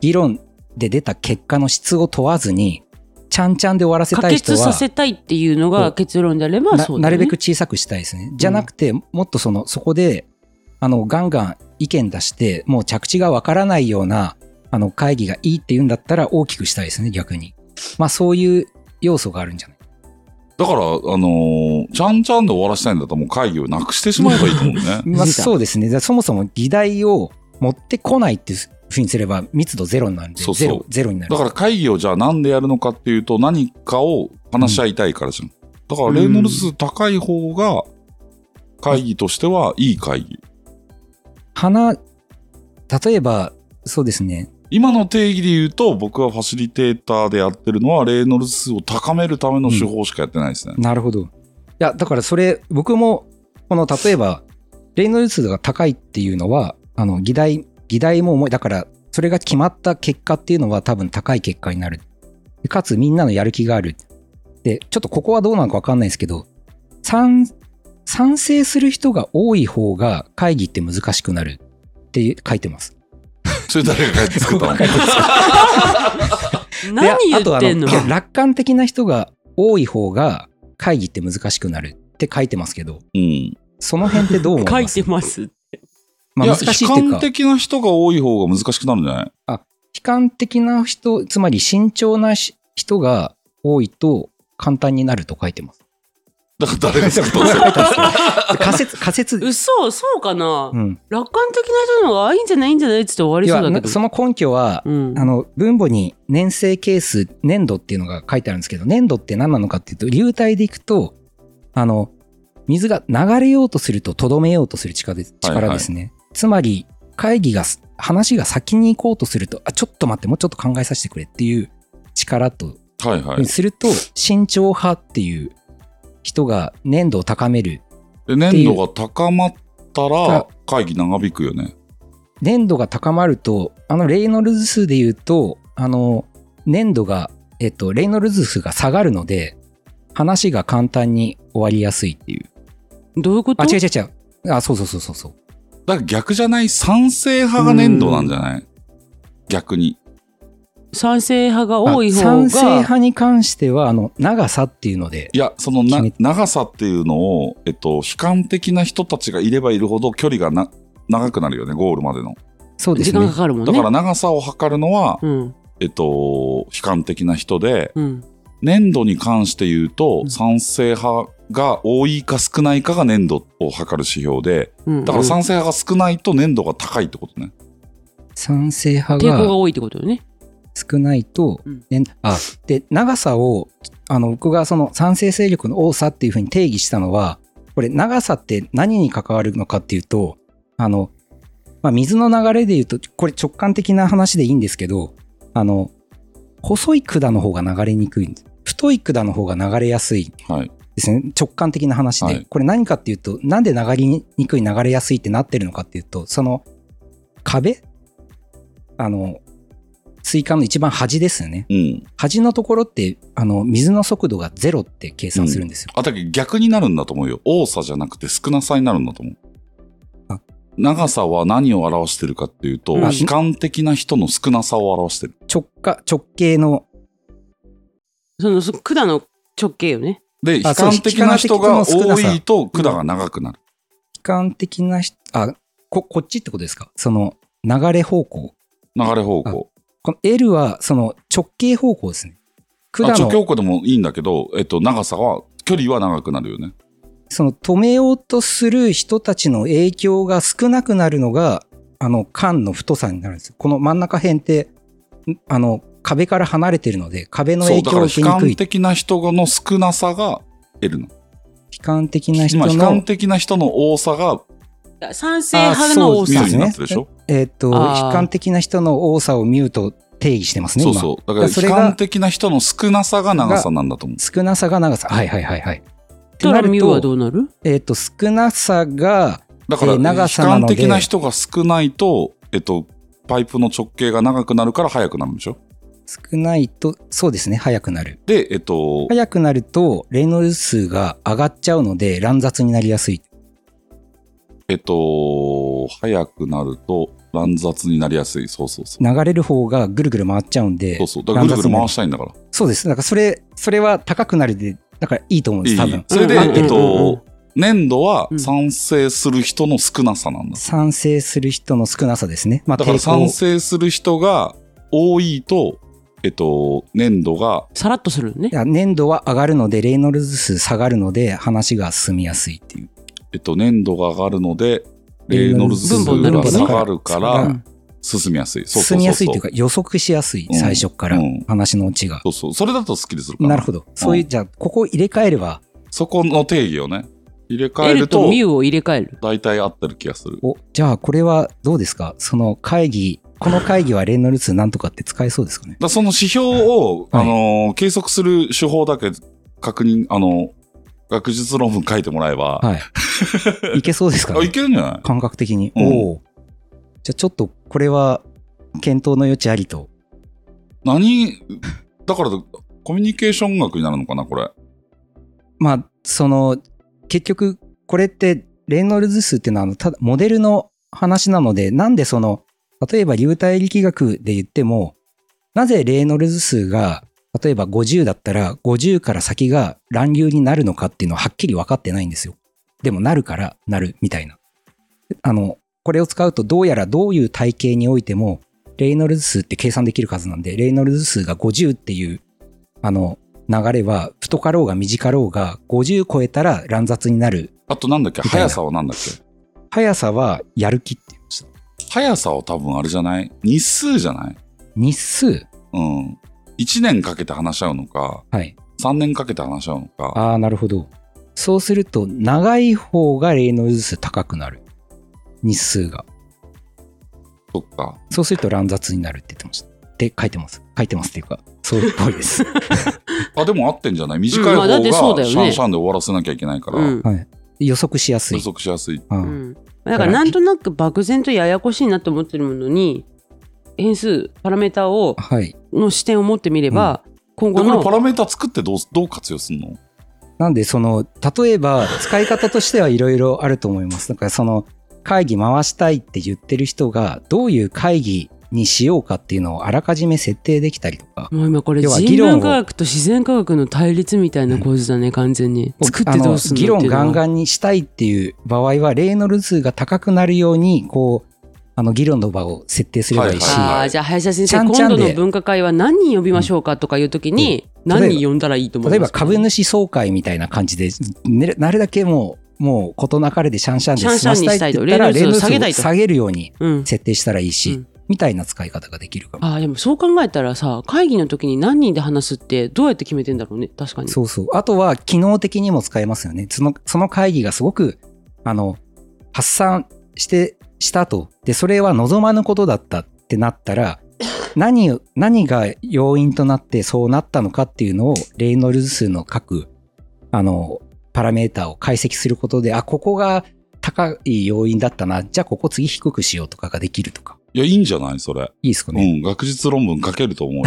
[SPEAKER 3] 議論で出た結果の質を問わずに、ちゃんちゃんで終わらせ
[SPEAKER 1] 可
[SPEAKER 3] たい人
[SPEAKER 1] 決さ
[SPEAKER 3] は、
[SPEAKER 1] せたいっていうのが結論であれば
[SPEAKER 3] な
[SPEAKER 1] そうだ、ね、
[SPEAKER 3] なるべく小さくしたいですね。じゃなくて、もっとその、そこで、あの、ガンガン意見出して、もう着地がわからないような、あの、会議がいいって言うんだったら大きくしたいですね、逆に。まあ、そういう要素があるんじゃない。
[SPEAKER 2] だから、あのーちゃんちゃんで終わらせたいんだったらもう会議をなくしてしまえばいいと思うね
[SPEAKER 3] まあ、
[SPEAKER 1] 自他
[SPEAKER 3] そう ですね。だからそもそも議題を持ってこないっていうふうにすれば密度ゼロになるんで、
[SPEAKER 2] そうそう
[SPEAKER 3] ゼロ、ゼロになる。
[SPEAKER 2] だから会議をじゃあなんでやるのかっていうと何かを話し合いたいからじゃん。だからレイノルズ数高い方が会議としてはいい会議。
[SPEAKER 3] 花、例えば、そうですね。
[SPEAKER 2] 今の定義で言うと僕はファシリテーターでやってるのはレイノルズ数を高めるための手法しかやってないですね。
[SPEAKER 3] なるほど。いや、だからそれ、僕も、この、例えば、レイノルズ数が高いっていうのは、あの、議題、議題も重い。だから、それが決まった結果っていうのは多分高い結果になる。でかつ、みんなのやる気がある。で、ちょっとここはどうなのかわかんないですけど、賛、賛成する人が多い方が会議って難しくなるって書いてます。
[SPEAKER 2] それ誰が作ったの
[SPEAKER 1] 何言ってんの
[SPEAKER 3] であとあの楽観的な人が多い方が会議って難しくなるって書いてますけど、
[SPEAKER 2] うん。
[SPEAKER 3] その辺ってどう思い
[SPEAKER 1] 書い
[SPEAKER 3] ます
[SPEAKER 1] てます
[SPEAKER 3] まあ、
[SPEAKER 2] いや、
[SPEAKER 3] 難しいっていう
[SPEAKER 2] 悲
[SPEAKER 3] か
[SPEAKER 2] 観、的な人が多い方が難しくなるんじゃ ない
[SPEAKER 3] 悲観的な人、つまり慎重なし人が多いと簡単になると書いてます。
[SPEAKER 2] だから誰が作ったの
[SPEAKER 3] 書いてます 仮説、仮説。
[SPEAKER 1] 嘘そうかな、
[SPEAKER 3] うん。
[SPEAKER 1] 楽観的な人の方がいいんじゃないんじゃないっつって終わり
[SPEAKER 3] い
[SPEAKER 1] そう
[SPEAKER 3] や
[SPEAKER 1] だけ
[SPEAKER 3] な
[SPEAKER 1] ど
[SPEAKER 3] その根拠は、
[SPEAKER 1] うん
[SPEAKER 3] あの、分母に年生係数、年度っていうのが書いてあるんですけど、年度って何なのかっていうと、流体でいくと、あの、水が流れようとするととどめようとする力です
[SPEAKER 2] はいはい
[SPEAKER 3] 力ですね。つまり、会議がす、話が先に行こうとすると、あ、ちょっと待って、もうちょっと考えさせてくれっていう力と、
[SPEAKER 2] はいはい。
[SPEAKER 3] すると、慎重派っていう人が粘度を高める、
[SPEAKER 2] で、粘度が高まったら
[SPEAKER 3] が、
[SPEAKER 2] 会議長引くよね。
[SPEAKER 3] 粘度が高まると、あの、レイノルズ数で言うと、あの、粘度が、えっと、レイノルズ数が下がるので、話が簡単に終わりやすいっていう。
[SPEAKER 1] どういうこと
[SPEAKER 3] あ、違う違う違う。あ、そうそうそうそうそう。
[SPEAKER 2] だから逆じゃない賛成派が粘土なんじゃない逆に。
[SPEAKER 1] 賛成派が多い
[SPEAKER 3] あ
[SPEAKER 1] 方が。
[SPEAKER 3] 賛成派に関しては、あの、長さっていうので、
[SPEAKER 2] いや、そのな
[SPEAKER 3] 決め
[SPEAKER 2] 長さっていうのを、えっと、悲観的な人たちがいればいるほど距離がな長くなるよね、ゴールまでの。
[SPEAKER 3] そうで
[SPEAKER 1] 時
[SPEAKER 3] す
[SPEAKER 1] 間
[SPEAKER 3] ね
[SPEAKER 1] か。かるもんね。
[SPEAKER 2] だから長さを測るのは、
[SPEAKER 1] うん。
[SPEAKER 2] えっと、悲観的な人で、
[SPEAKER 1] うん。
[SPEAKER 2] 粘土に関して言うと、
[SPEAKER 1] うん
[SPEAKER 2] 賛成派が多いか少ないかが粘土を測る指標で、
[SPEAKER 1] うん。
[SPEAKER 2] だから賛成派が少ないと粘土が高いってことね。
[SPEAKER 3] 賛成派
[SPEAKER 1] 抵抗が
[SPEAKER 3] が
[SPEAKER 1] 多いってことよね。
[SPEAKER 3] 少ないと
[SPEAKER 1] うん、
[SPEAKER 3] ねあ、で、長さを、あの、僕がその賛成勢力の多さっていうふうに定義したのは、これ、長さって何に関わるのかっていうと、あの、まあ、水の流れで言うと、これ直感的な話でいいんですけど、あの、細い管の方が流れにくいんです。太い管の方が流れやすい
[SPEAKER 2] はい。
[SPEAKER 3] ですね直感的な話で、
[SPEAKER 2] はい
[SPEAKER 3] これ何かっていうとなんで流れにくい流れやすいってなってるのかっていうとその壁あの水管の一番端ですよね
[SPEAKER 2] うん。
[SPEAKER 3] 端のところってあの水の速度がゼロって計算するんですよ、
[SPEAKER 2] あ、だけど逆になるんだと思うよ。多さじゃなくて少なさになるんだと思う
[SPEAKER 3] あ。
[SPEAKER 2] 長さは何を表してるかっていうと、
[SPEAKER 1] うん
[SPEAKER 2] 悲観的な人の少なさを表してる。
[SPEAKER 3] 直下直径の
[SPEAKER 1] その、そ管の直径よね。
[SPEAKER 2] で、悲
[SPEAKER 3] あそう
[SPEAKER 2] 観的な人が多いと管が長くなる。
[SPEAKER 3] 悲観的なひあここっちってことですかその流れ方向
[SPEAKER 2] 流れ方向。
[SPEAKER 3] この L はその直径方向ですね
[SPEAKER 2] あ
[SPEAKER 3] 管の
[SPEAKER 2] 直径方向でもいいんだけど、えっと、長さは、距離は長くなるよね。
[SPEAKER 3] その止めようとする人たちの影響が少なくなるのが、あの、管の太さになるんですよ。この真ん中辺って、んあの、壁から離れてるので、壁の
[SPEAKER 2] そう、
[SPEAKER 3] 影
[SPEAKER 2] だ
[SPEAKER 3] 響
[SPEAKER 2] から悲
[SPEAKER 3] を受けにくい。
[SPEAKER 2] 観
[SPEAKER 3] 悲観
[SPEAKER 2] 的な人の少なさが L なの。
[SPEAKER 3] 的な人
[SPEAKER 2] 今、悲観
[SPEAKER 3] の、
[SPEAKER 2] 的な人の多さが
[SPEAKER 1] 賛成派の多
[SPEAKER 3] そうです
[SPEAKER 1] さ
[SPEAKER 3] ね。
[SPEAKER 2] 水になってるでしょ
[SPEAKER 3] えーっと、悲
[SPEAKER 1] あー
[SPEAKER 3] 観的な人の多さをミューと定義してますね、
[SPEAKER 2] そう
[SPEAKER 3] 今。
[SPEAKER 2] そう。だから
[SPEAKER 3] だからそ
[SPEAKER 2] 悲
[SPEAKER 3] れが
[SPEAKER 2] 観的な人の少なさが長さなんだと思う。
[SPEAKER 3] 少なさが長さ。はいはいはいはい。って
[SPEAKER 1] ト
[SPEAKER 3] な
[SPEAKER 1] ラミ
[SPEAKER 3] る
[SPEAKER 1] ューは
[SPEAKER 3] と、
[SPEAKER 1] どうなる
[SPEAKER 3] えーっと、少なさが、
[SPEAKER 2] だから、
[SPEAKER 3] えー長
[SPEAKER 2] 悲
[SPEAKER 3] さな
[SPEAKER 2] 観
[SPEAKER 3] ので
[SPEAKER 2] 的な人が少ないと、えっと、パイプの直径が長くなるから速くなるんでしょ
[SPEAKER 3] 少ないと、そうですね、速くなる。
[SPEAKER 2] で、えっと、
[SPEAKER 3] 速くなると、レノルズ数が上がっちゃうので、乱雑になりやすい。
[SPEAKER 2] えっと、速くなると乱雑になりやすい。そうそうそう。
[SPEAKER 3] 流れる方がぐるぐる回っちゃうんで、
[SPEAKER 2] そうそう。だからぐるぐる回したいんだから。
[SPEAKER 3] そうです。だからそれ、それは高くなるで、だからいいと思うん
[SPEAKER 2] い
[SPEAKER 3] で
[SPEAKER 2] い
[SPEAKER 3] す、多分。
[SPEAKER 2] それで、
[SPEAKER 1] うんうんうんうん
[SPEAKER 2] えっと、粘土は
[SPEAKER 1] うん
[SPEAKER 2] 賛成する人の少なさなんだ。
[SPEAKER 3] 賛成する人の少なさですね。まあ、
[SPEAKER 2] だから
[SPEAKER 3] 抵抗
[SPEAKER 2] 賛成する人が多いと、えっと、粘土が、
[SPEAKER 1] さらっとするのね
[SPEAKER 3] い。や粘度は上がるので、レイノルズ数下がるので、話が進みやすいっていう。
[SPEAKER 2] えっと、粘土が上がるので、レイノルズ数
[SPEAKER 1] 分母になる
[SPEAKER 2] が
[SPEAKER 1] から
[SPEAKER 2] 下がるか
[SPEAKER 3] う
[SPEAKER 2] ら
[SPEAKER 3] ん、
[SPEAKER 2] 進みやすい。そうそうそうそう
[SPEAKER 3] 進みやすいというか、予測しやすい、
[SPEAKER 2] うん
[SPEAKER 3] 最初から
[SPEAKER 2] うん、
[SPEAKER 3] 話のオチが
[SPEAKER 2] そ。うそう。それだとスッキリするから。
[SPEAKER 3] なるほど。そういう、じゃあ、ここ入れ替えれば、
[SPEAKER 2] そこの定義をね、入れ替え
[SPEAKER 1] L
[SPEAKER 2] る
[SPEAKER 1] と
[SPEAKER 2] と
[SPEAKER 1] ミ、ューを入れ替える。
[SPEAKER 2] 大体合ってる気がする。
[SPEAKER 3] お、じゃあ、これはどうですかその会議、この会議はレイノルズ数なんとかって使えそうですかね
[SPEAKER 2] だその指標を、
[SPEAKER 3] はい
[SPEAKER 2] あのー計測する手法だけ確認、あのー学術論文書いてもらえば、
[SPEAKER 3] はい。いけそうですか
[SPEAKER 2] あ、
[SPEAKER 3] ね
[SPEAKER 2] いけるんじゃない
[SPEAKER 3] 感覚的に。
[SPEAKER 2] うん
[SPEAKER 3] おお。じゃあちょっとこれは検討の余地ありと。
[SPEAKER 2] 何、だから、コミュニケーション学になるのかな、これ。
[SPEAKER 3] まあ、その、結局、これって、レノルズ数っていうのはあの、ただ、モデルの話なので、なんでその、例えば流体力学で言っても、なぜレノルズ数が、例えば50だったら、50から先が乱流になるのかっていうのははっきり分かってないんですよ。でも、なるからなるみたいな。あの、これを使うと、どうやらどういう体系においても、レノルズ数って計算できる数なんで、レノルズ数が50っていう、あの、流れは太かろうが短かろうが50超えたら乱雑になる
[SPEAKER 2] あと、なんだっけ、
[SPEAKER 3] みたいな
[SPEAKER 2] 速さはなんだっけ
[SPEAKER 3] 速さはやる気って言いました
[SPEAKER 2] 速さは多分あれじゃない日数じゃない
[SPEAKER 3] 日数
[SPEAKER 2] うん。1年かけて話し合うのか、
[SPEAKER 3] はい
[SPEAKER 2] 3年かけて話し合うのか、
[SPEAKER 3] ああなるほどそうすると、長い方がレイノルズ数高くなる。日数が。
[SPEAKER 2] そっか。
[SPEAKER 3] そうすると乱雑になるって言ってました。って書いてます。書いてますっていうか、そうっぽいです。
[SPEAKER 2] あ、でも合ってんじゃない短い方
[SPEAKER 1] まあだってそうだよ
[SPEAKER 2] が
[SPEAKER 1] ね
[SPEAKER 2] シャンシャンで終わらせなきゃいけないから、
[SPEAKER 1] うん
[SPEAKER 3] はい、予測しやす
[SPEAKER 2] 予
[SPEAKER 3] い。
[SPEAKER 2] 測しやすい。
[SPEAKER 3] う
[SPEAKER 1] うんん、だからなんとなく漠然とややこしいなと思ってるものに変数パラメータを
[SPEAKER 3] はい。
[SPEAKER 1] の視点を持ってみれば、今
[SPEAKER 2] で
[SPEAKER 1] 後
[SPEAKER 2] これ
[SPEAKER 1] の
[SPEAKER 2] パラメータ作ってどうどう活用するの
[SPEAKER 3] なんで、その、例えば、使い方としてはいろいろあると思います。だから、その、会議回したいって言ってる人が、どういう会議にしようかっていうのをあらかじめ設定できたりとか、
[SPEAKER 1] もう今これ
[SPEAKER 3] 要は
[SPEAKER 1] 人
[SPEAKER 3] 議論を
[SPEAKER 1] 文科学と自然科学の対立みたいな構図だね、完全に作ってどうするの
[SPEAKER 3] あの
[SPEAKER 1] って
[SPEAKER 3] 議論
[SPEAKER 1] いうの
[SPEAKER 3] ガ
[SPEAKER 1] は
[SPEAKER 3] ンガンにしたいっていう場合は、レイノルズ数が高くなるように、こう、あの、議論の場を設定すればいいし、
[SPEAKER 2] はいはい
[SPEAKER 1] ああじゃあ林田先
[SPEAKER 3] ち
[SPEAKER 1] 生
[SPEAKER 3] ゃん
[SPEAKER 1] 今
[SPEAKER 3] ちゃんで
[SPEAKER 1] 度の分科会は何人呼びましょうかとかいう時に、
[SPEAKER 3] うん
[SPEAKER 1] 何人呼んだらいいと思いま
[SPEAKER 3] 例え
[SPEAKER 1] す
[SPEAKER 3] ば株主総会みたいな感じで、ねなるだけもう、もう事なかれでシャンシャンで済ませたいって言ったら、
[SPEAKER 1] シ
[SPEAKER 3] レ
[SPEAKER 1] ャンシャン
[SPEAKER 3] イノ
[SPEAKER 1] に
[SPEAKER 3] ル
[SPEAKER 1] し
[SPEAKER 3] ズ
[SPEAKER 1] たいとレイノルズ数を下げたいと
[SPEAKER 3] 数を下げるように
[SPEAKER 1] うん
[SPEAKER 3] 設定したらいいし、
[SPEAKER 1] うん
[SPEAKER 3] みたいな使い方ができるかも。
[SPEAKER 1] ああでもそう考えたらさ会議の時に何人で話すってどうやって決めてんだろうね確かに
[SPEAKER 3] そうそう。あとは、機能的にも使えますよね。その、その会議がすごく、あの、発散して、したと。で、それは望まぬことだったってなっ たら、何を、何が要因となってそうなったのかっていうのを、レイノルズ数の各、あの、パラメータを解析することで、あ、ここが高い要因だったな。じゃあ、ここ次低くしようとかができるとか。
[SPEAKER 2] いや、いいんじゃないそれ。
[SPEAKER 3] いいですか
[SPEAKER 2] う
[SPEAKER 3] ね。
[SPEAKER 2] ん。学術論文書けると思うよ。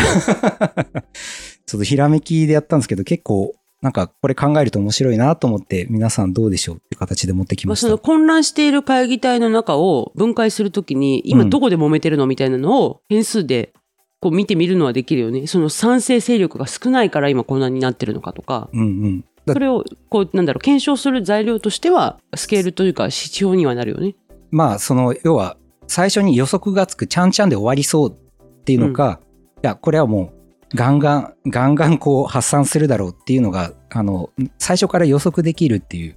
[SPEAKER 3] ちょっとひらめきでやったんですけど、結構、なんかこれ考えると面白いなと思って、皆さんどうでしょうっていう形で持ってき
[SPEAKER 1] ま
[SPEAKER 3] ま
[SPEAKER 1] あ、
[SPEAKER 3] した。
[SPEAKER 1] その混乱している会議体の中を分解するときに今
[SPEAKER 3] うん
[SPEAKER 1] どこで揉めてるのみたいなのを変数でこう見てみるのはできるよねその賛成勢力が少ないから今こんなになってるのかとか
[SPEAKER 3] うんうん。だ
[SPEAKER 1] それをこうなんだろう検証する材料としてはスケールというか指標にはなるよね。
[SPEAKER 3] まあ、その、要は、最初に予測がつく、ちゃんちゃんで終わりそうっていうのか、いや、これはもう、ガンガン、ガンガンこう発散するだろうっていうのが、あの、最初から予測できるっていう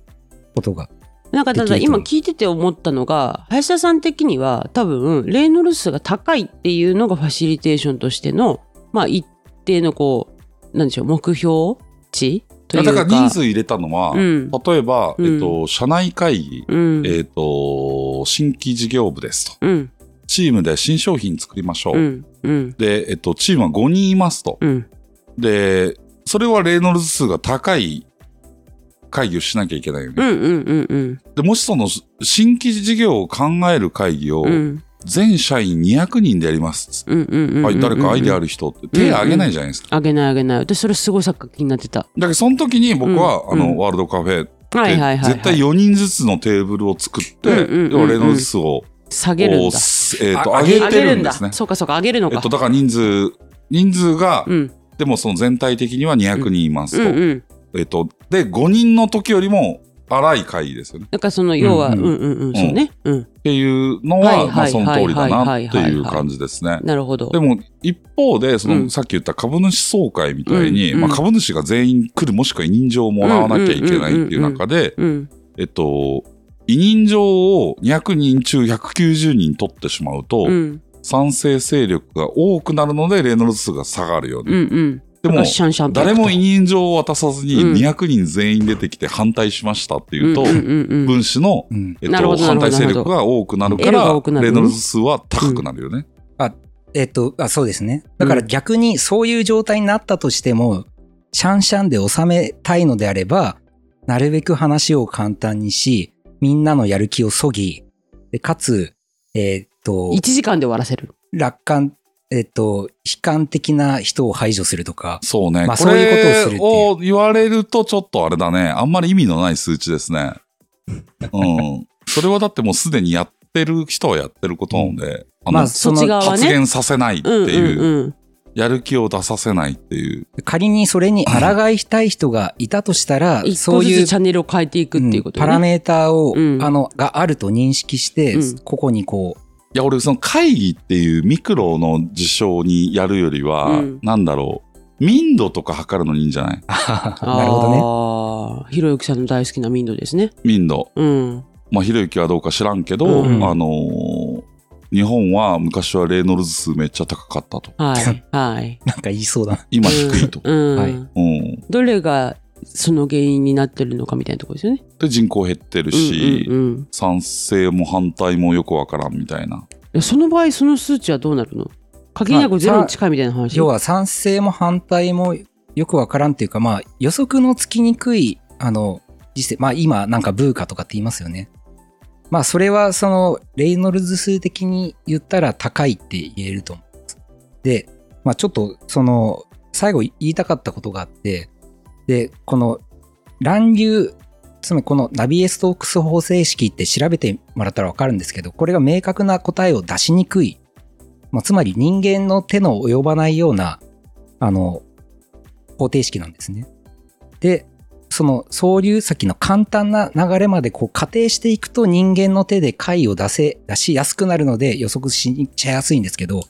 [SPEAKER 3] ことが。
[SPEAKER 1] なんかた
[SPEAKER 3] でき
[SPEAKER 1] だ
[SPEAKER 3] ると
[SPEAKER 1] 今
[SPEAKER 3] 思う
[SPEAKER 1] 聞いてて思ったのが林田さん的には多分レイノルズ数が高いっていうのがファシリテーションとしてのまあ一定のこうなんでしょう目標値 というか。
[SPEAKER 2] だから人数入れたのは、
[SPEAKER 1] うん
[SPEAKER 2] 例えば、
[SPEAKER 1] うん
[SPEAKER 2] えっと、社内会議、
[SPEAKER 1] うん
[SPEAKER 2] えっと、新規事業部ですと。
[SPEAKER 1] うん
[SPEAKER 2] チームで新商品作りましょう。
[SPEAKER 1] うんうん
[SPEAKER 2] で、えっと、チームは5人いますと。
[SPEAKER 1] うん
[SPEAKER 2] で、それはレイノルズ数が高い会議をしなきゃいけないよ
[SPEAKER 1] うん
[SPEAKER 2] ね。
[SPEAKER 1] うんうんうん
[SPEAKER 2] で、もしその新規事業を考える会議を
[SPEAKER 1] うん
[SPEAKER 2] 全社員200人でやりますっつって。
[SPEAKER 1] うんうんうん
[SPEAKER 2] はい、誰かアイデアあ
[SPEAKER 1] る
[SPEAKER 2] る人って手挙げないじゃないですか。
[SPEAKER 1] あげないあげない私それすごい作家気になってた
[SPEAKER 2] だけど、その時に僕は、
[SPEAKER 1] うん
[SPEAKER 2] あの、
[SPEAKER 1] うん
[SPEAKER 2] ワールドカフェって、
[SPEAKER 1] はいはいはい、はい、
[SPEAKER 2] 絶対4人ずつのテーブルを作って、
[SPEAKER 1] うんうんうんうん
[SPEAKER 2] 要はレノルズ数を、
[SPEAKER 1] 下
[SPEAKER 2] え
[SPEAKER 1] げるん
[SPEAKER 2] っ、
[SPEAKER 1] だ
[SPEAKER 2] と、
[SPEAKER 3] あ
[SPEAKER 2] 上げてるんです
[SPEAKER 1] 上げ
[SPEAKER 2] ね
[SPEAKER 1] だ。そうかそうか上げるのか、
[SPEAKER 2] えっと、だから人数、人数が、
[SPEAKER 1] うん
[SPEAKER 2] でもその全体的には200人います
[SPEAKER 1] う
[SPEAKER 2] と。
[SPEAKER 1] んうん
[SPEAKER 2] えっと、で、5人の時よりも荒い会議ですよね。
[SPEAKER 1] だからその要は、う
[SPEAKER 3] うんん
[SPEAKER 1] う、
[SPEAKER 3] うん
[SPEAKER 1] うんうんそうねうん
[SPEAKER 2] っていうの
[SPEAKER 1] はいはい
[SPEAKER 2] は、まあその通りだな
[SPEAKER 1] は
[SPEAKER 2] っ
[SPEAKER 1] いはい
[SPEAKER 2] て
[SPEAKER 1] はいはい
[SPEAKER 2] いう感じですね。
[SPEAKER 1] なるほど
[SPEAKER 2] でも、一方で、そ
[SPEAKER 1] うん
[SPEAKER 2] の、さっき言った株主総会みたい
[SPEAKER 1] う
[SPEAKER 2] に、
[SPEAKER 1] んうん
[SPEAKER 2] まあ株主が全員来る、もしくは委任状をもらわなきゃいけないっていう中で、
[SPEAKER 1] うん
[SPEAKER 2] えっと、委任状を200人中190人取ってしまうと、
[SPEAKER 1] うん
[SPEAKER 2] 賛成勢力が多くなるので、レノルズ数が下がるよ
[SPEAKER 1] うんう
[SPEAKER 2] ね。
[SPEAKER 1] ん
[SPEAKER 2] で
[SPEAKER 1] だか
[SPEAKER 2] も
[SPEAKER 1] ら、シャンシャン
[SPEAKER 2] 誰も委任状を渡さずに
[SPEAKER 1] うん
[SPEAKER 2] 200人全員出てきて反対しましたっていうと、
[SPEAKER 1] うんうんうんうん
[SPEAKER 2] 分子の、
[SPEAKER 3] うん。
[SPEAKER 2] えっ
[SPEAKER 1] なるほ
[SPEAKER 2] と、
[SPEAKER 1] どなる
[SPEAKER 2] 反
[SPEAKER 1] ほど
[SPEAKER 2] 対勢力が多くなるか
[SPEAKER 1] L が多くな
[SPEAKER 2] ら、
[SPEAKER 1] る
[SPEAKER 2] レノルズ数は高くなるよね。
[SPEAKER 3] えっと、あ、そうですね。だから逆にそういう状態になったとしても、シャンシャンで収めたいのであれば、なるべく話を簡単にし、みんなのやる気をそぎ、でかつ、えっと、
[SPEAKER 1] 1時間で終わらせる
[SPEAKER 3] 楽観、えっと、悲観的な人を排除するとか、
[SPEAKER 2] そうね。
[SPEAKER 3] まあ
[SPEAKER 2] これ
[SPEAKER 3] そういうことをするっていう
[SPEAKER 2] を言われるとちょっとあれだね。あんまり意味のない数値で すね。うん。それはだってもうすでにやってる人はやってることなので、あの
[SPEAKER 3] まあ
[SPEAKER 1] そっち側は
[SPEAKER 2] 発
[SPEAKER 1] ね
[SPEAKER 2] 言させないって
[SPEAKER 1] うん
[SPEAKER 2] いう、
[SPEAKER 1] うんうん
[SPEAKER 2] やる気を出させないっていう。
[SPEAKER 3] 仮にそれに抗いたい人がいたとしたら、
[SPEAKER 1] 一
[SPEAKER 3] そ
[SPEAKER 1] 個
[SPEAKER 3] う
[SPEAKER 1] ず
[SPEAKER 3] いう
[SPEAKER 1] つチャンネルを変えていくっていうこと
[SPEAKER 3] うんパ
[SPEAKER 1] ね
[SPEAKER 3] ラメーターを、
[SPEAKER 1] うん
[SPEAKER 3] あの、があると認識して、
[SPEAKER 1] うん
[SPEAKER 3] ここにこう、
[SPEAKER 2] いや、俺、その会議っていうミクロの事象にやるよりは、
[SPEAKER 1] うん
[SPEAKER 2] なんだろう。民度とか測るのにいいんじゃない
[SPEAKER 3] あははなるほどね。
[SPEAKER 1] どね。ひろゆきさんの大好きな民度ですね。
[SPEAKER 2] 民度。
[SPEAKER 1] うん。
[SPEAKER 2] まあ、ひろゆきはどうか知らんけど、
[SPEAKER 1] うん
[SPEAKER 2] あのー日本は昔はレイノルズ数めっちゃ高かったと。
[SPEAKER 1] はい。はい。
[SPEAKER 3] なんか言いそうだな。
[SPEAKER 2] 今低いと。
[SPEAKER 1] うん。
[SPEAKER 3] は
[SPEAKER 1] う
[SPEAKER 3] い
[SPEAKER 1] ん
[SPEAKER 2] うん。
[SPEAKER 1] どれがその原因になってるのかみたいなところですよね。
[SPEAKER 2] で、人口減ってるし、
[SPEAKER 1] うんうんうん
[SPEAKER 2] 賛成も反対もよくわからんみたいな。
[SPEAKER 1] いやその場合、その数値はどうなるの限りなくゼロに近いみたいな話。
[SPEAKER 3] 要は賛成も反対もよくわからんっていうか、まあ、予測のつきにくい、あの、実際、まあ今なんかブーカとかって言いますよね。まあそれはそのレイノルズ数的に言ったら高いって言えると思います。で、まあちょっとその最後言いたかったことがあって、で、この乱流、つまりこのナビエストークス方程式って調べてもらったらわかるんですけど、これが明確な答えを出しにくい。まあ、つまり人間の手の及ばないような、あの、方程式なんですね。で、その総流先の簡単な流れまでこう仮定していくと人間の手で解を出せ、出しやすくなるので予測しちゃやすいんですけど、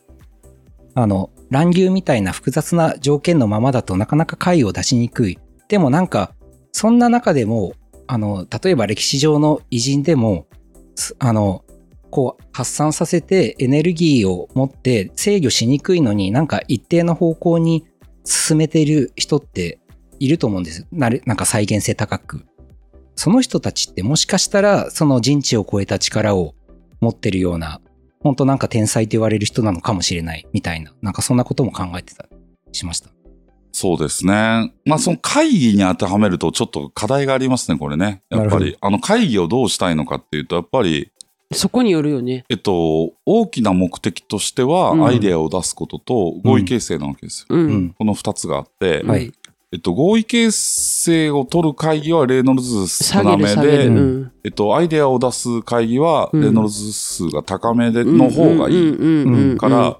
[SPEAKER 3] あの、乱流みたいな複雑な条件のままだとなかなか解を出しにくい。でもなんか、そんな中でも、あの、例えば歴史上の偉人でも、すあの、こう発散させてエネルギーを持って制御しにくいのになんか一定の方向に進めている人っていると思うんです。なるなんか再現性高く。その人たちってもしかしたらその人知を超えた力を持ってるような、本当なんか天才と言われる人なのかもしれないみたいな、なんかそんなことも考えてたりしました。
[SPEAKER 2] そうですね。まあ、その会議に当てはめるとちょっと課題がありますね、これね。やっぱ
[SPEAKER 3] なる
[SPEAKER 2] り、あの会議をどうしたいのかっていうと、やっぱり、
[SPEAKER 1] そこによるよね。
[SPEAKER 2] えっと、大きな目的として
[SPEAKER 1] うん
[SPEAKER 2] は、アイデアを出すことと合意形成なわけですよ。
[SPEAKER 1] う。
[SPEAKER 3] うんん。
[SPEAKER 2] この二つがあって、
[SPEAKER 1] うん
[SPEAKER 3] はい。
[SPEAKER 2] えっと、合意形成を取る会議はレイノルズ数
[SPEAKER 1] 下げ
[SPEAKER 2] 少な
[SPEAKER 1] る
[SPEAKER 2] め
[SPEAKER 1] 下げ
[SPEAKER 2] で、
[SPEAKER 1] る。
[SPEAKER 3] で
[SPEAKER 1] うん
[SPEAKER 2] えっと、アイデアを出す会議は
[SPEAKER 1] うん
[SPEAKER 2] レイノルズ数が高めで、の方がいい
[SPEAKER 1] い
[SPEAKER 2] から、、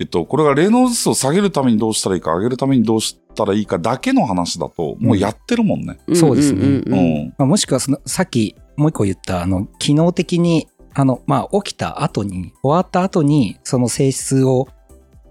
[SPEAKER 2] えっと、これがレイノルズ数を下げるためにどうしたらいいか、上げるためにどうしたらいいかだけの話だと、もうやってるもんね。
[SPEAKER 3] そうですね
[SPEAKER 2] うん。
[SPEAKER 3] まあ、もしくはそのさっきもう一個言ったあの機能的にあの、まあ、起きた後に終わった後にその性質を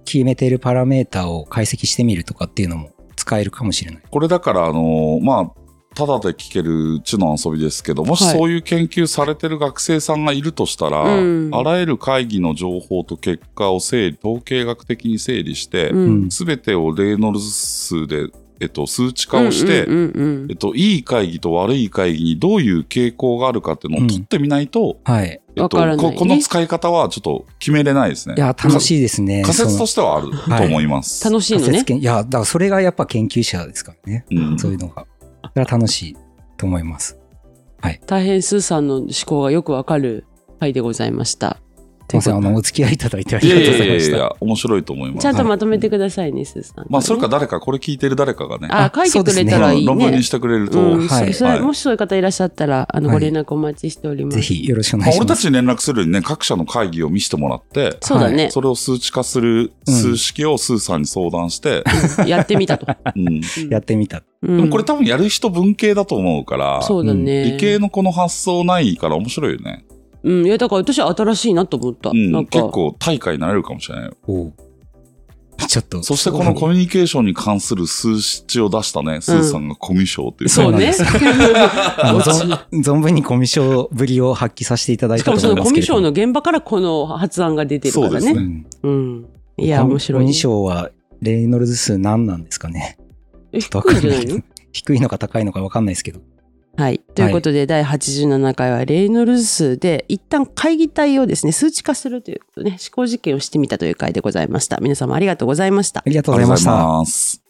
[SPEAKER 3] 決めているパラメータを解析してみるとかっていうのも使えるかもしれない。
[SPEAKER 2] これだから、あのーまあ、ただで聞ける知の遊びですけど、もし
[SPEAKER 1] はい
[SPEAKER 2] そういう研究されてる学生さんがいるとしたら、
[SPEAKER 1] うん
[SPEAKER 2] あらゆる会議の情報と結果を整理、統計学的に整理して、
[SPEAKER 1] うん。
[SPEAKER 2] すべてをレイノルズ数で、えっと、数値化をして、
[SPEAKER 1] うんうん
[SPEAKER 2] えっと、いい会議と悪い会議にどういう傾向があるかっていうのを取ってみないと、
[SPEAKER 3] はい。
[SPEAKER 2] えっ
[SPEAKER 1] わ
[SPEAKER 2] と
[SPEAKER 1] からないね
[SPEAKER 2] こ、この使い方はちょっと決めれないですね。
[SPEAKER 3] いや、楽しいですね。
[SPEAKER 2] 仮説と
[SPEAKER 3] し
[SPEAKER 2] してはあると思います。
[SPEAKER 1] 楽しいのね。
[SPEAKER 3] いや、だからそれがやっぱ研究者ですからね。
[SPEAKER 2] うん
[SPEAKER 3] そういうのが。それは楽しいと思います。
[SPEAKER 1] 大変スーさんの思考がよくわかる回でございました。
[SPEAKER 3] すいません、あの、お付き合いいただいてあ
[SPEAKER 2] い
[SPEAKER 3] りが
[SPEAKER 2] や
[SPEAKER 3] とう
[SPEAKER 2] いや
[SPEAKER 3] ございま
[SPEAKER 2] い
[SPEAKER 3] し
[SPEAKER 2] やい
[SPEAKER 3] た。
[SPEAKER 2] や、面白いと思います。
[SPEAKER 1] ちゃんとまとめてくださいね、スーさん。
[SPEAKER 2] まあ、それか誰か、これ聞いてる誰かがね、
[SPEAKER 1] あ、書いてくれたらいい
[SPEAKER 2] 論文
[SPEAKER 1] ね
[SPEAKER 2] にし。てくれると、
[SPEAKER 1] うん、
[SPEAKER 3] はい
[SPEAKER 1] それ
[SPEAKER 2] はい
[SPEAKER 1] もしそういう方いらっしゃったら、あの、
[SPEAKER 3] は
[SPEAKER 1] ご
[SPEAKER 3] い
[SPEAKER 1] 連絡お待ちしております。
[SPEAKER 3] ぜ。ひよろしくお
[SPEAKER 2] ま
[SPEAKER 3] 願
[SPEAKER 2] あ
[SPEAKER 3] いし
[SPEAKER 2] 俺
[SPEAKER 3] ま
[SPEAKER 2] た
[SPEAKER 3] す。
[SPEAKER 2] ちに連絡するよりね、各社の会議を見せてもらって、
[SPEAKER 1] そうだね。
[SPEAKER 2] それを数値化する数式をスーさんに相談して、
[SPEAKER 1] やってみたと。
[SPEAKER 2] うんで
[SPEAKER 1] うん
[SPEAKER 3] やってみた。
[SPEAKER 1] うん
[SPEAKER 2] もこれ多分やる人文系だと思うから、
[SPEAKER 1] そうだね。
[SPEAKER 2] 理系のこの発想ないから面白いよね。
[SPEAKER 1] うん、いや、だから私は新しいなと思った。
[SPEAKER 2] うん、
[SPEAKER 1] なん
[SPEAKER 2] 結
[SPEAKER 1] か、
[SPEAKER 2] 構大会になれるかもしれないよ。
[SPEAKER 3] おうちょっと。
[SPEAKER 2] そしてこのコミュニケーションに関する数値を出したね、スーさんがコミュ障っていう。
[SPEAKER 1] そうね。
[SPEAKER 3] そ
[SPEAKER 1] し
[SPEAKER 3] うあの存存分にコミュ障ぶりを発揮させていただいた
[SPEAKER 1] かも
[SPEAKER 3] と思
[SPEAKER 1] そ
[SPEAKER 3] い
[SPEAKER 1] の
[SPEAKER 3] ま
[SPEAKER 1] コ
[SPEAKER 3] す
[SPEAKER 1] ミュ
[SPEAKER 3] けれど
[SPEAKER 1] 障
[SPEAKER 3] も。
[SPEAKER 1] の現場からこの発案が出てるから
[SPEAKER 2] そう
[SPEAKER 1] ね。
[SPEAKER 2] ですね
[SPEAKER 3] うん
[SPEAKER 1] うん。いや、面白い、
[SPEAKER 3] コミ
[SPEAKER 1] ね。
[SPEAKER 3] ュ障はレイノルズ数何なんですかね。
[SPEAKER 1] え
[SPEAKER 3] ちょっ
[SPEAKER 1] 低
[SPEAKER 3] と
[SPEAKER 1] い
[SPEAKER 3] わ
[SPEAKER 1] んじゃ
[SPEAKER 3] かん
[SPEAKER 1] な
[SPEAKER 3] な
[SPEAKER 1] いい
[SPEAKER 3] けど
[SPEAKER 1] の。
[SPEAKER 3] 低いのか高いのかわかんないですけど。
[SPEAKER 1] はい。ということで、第87回はレイノルズ数で、一旦会議体をですね、数値化するというね、思考実験をしてみたという回でございました。皆様ありがとうございました
[SPEAKER 3] あ。りがとう
[SPEAKER 2] あ
[SPEAKER 3] ご
[SPEAKER 2] り
[SPEAKER 3] ざい
[SPEAKER 2] が
[SPEAKER 3] ま
[SPEAKER 2] とうご
[SPEAKER 3] し
[SPEAKER 2] ざい
[SPEAKER 3] た。
[SPEAKER 2] ます。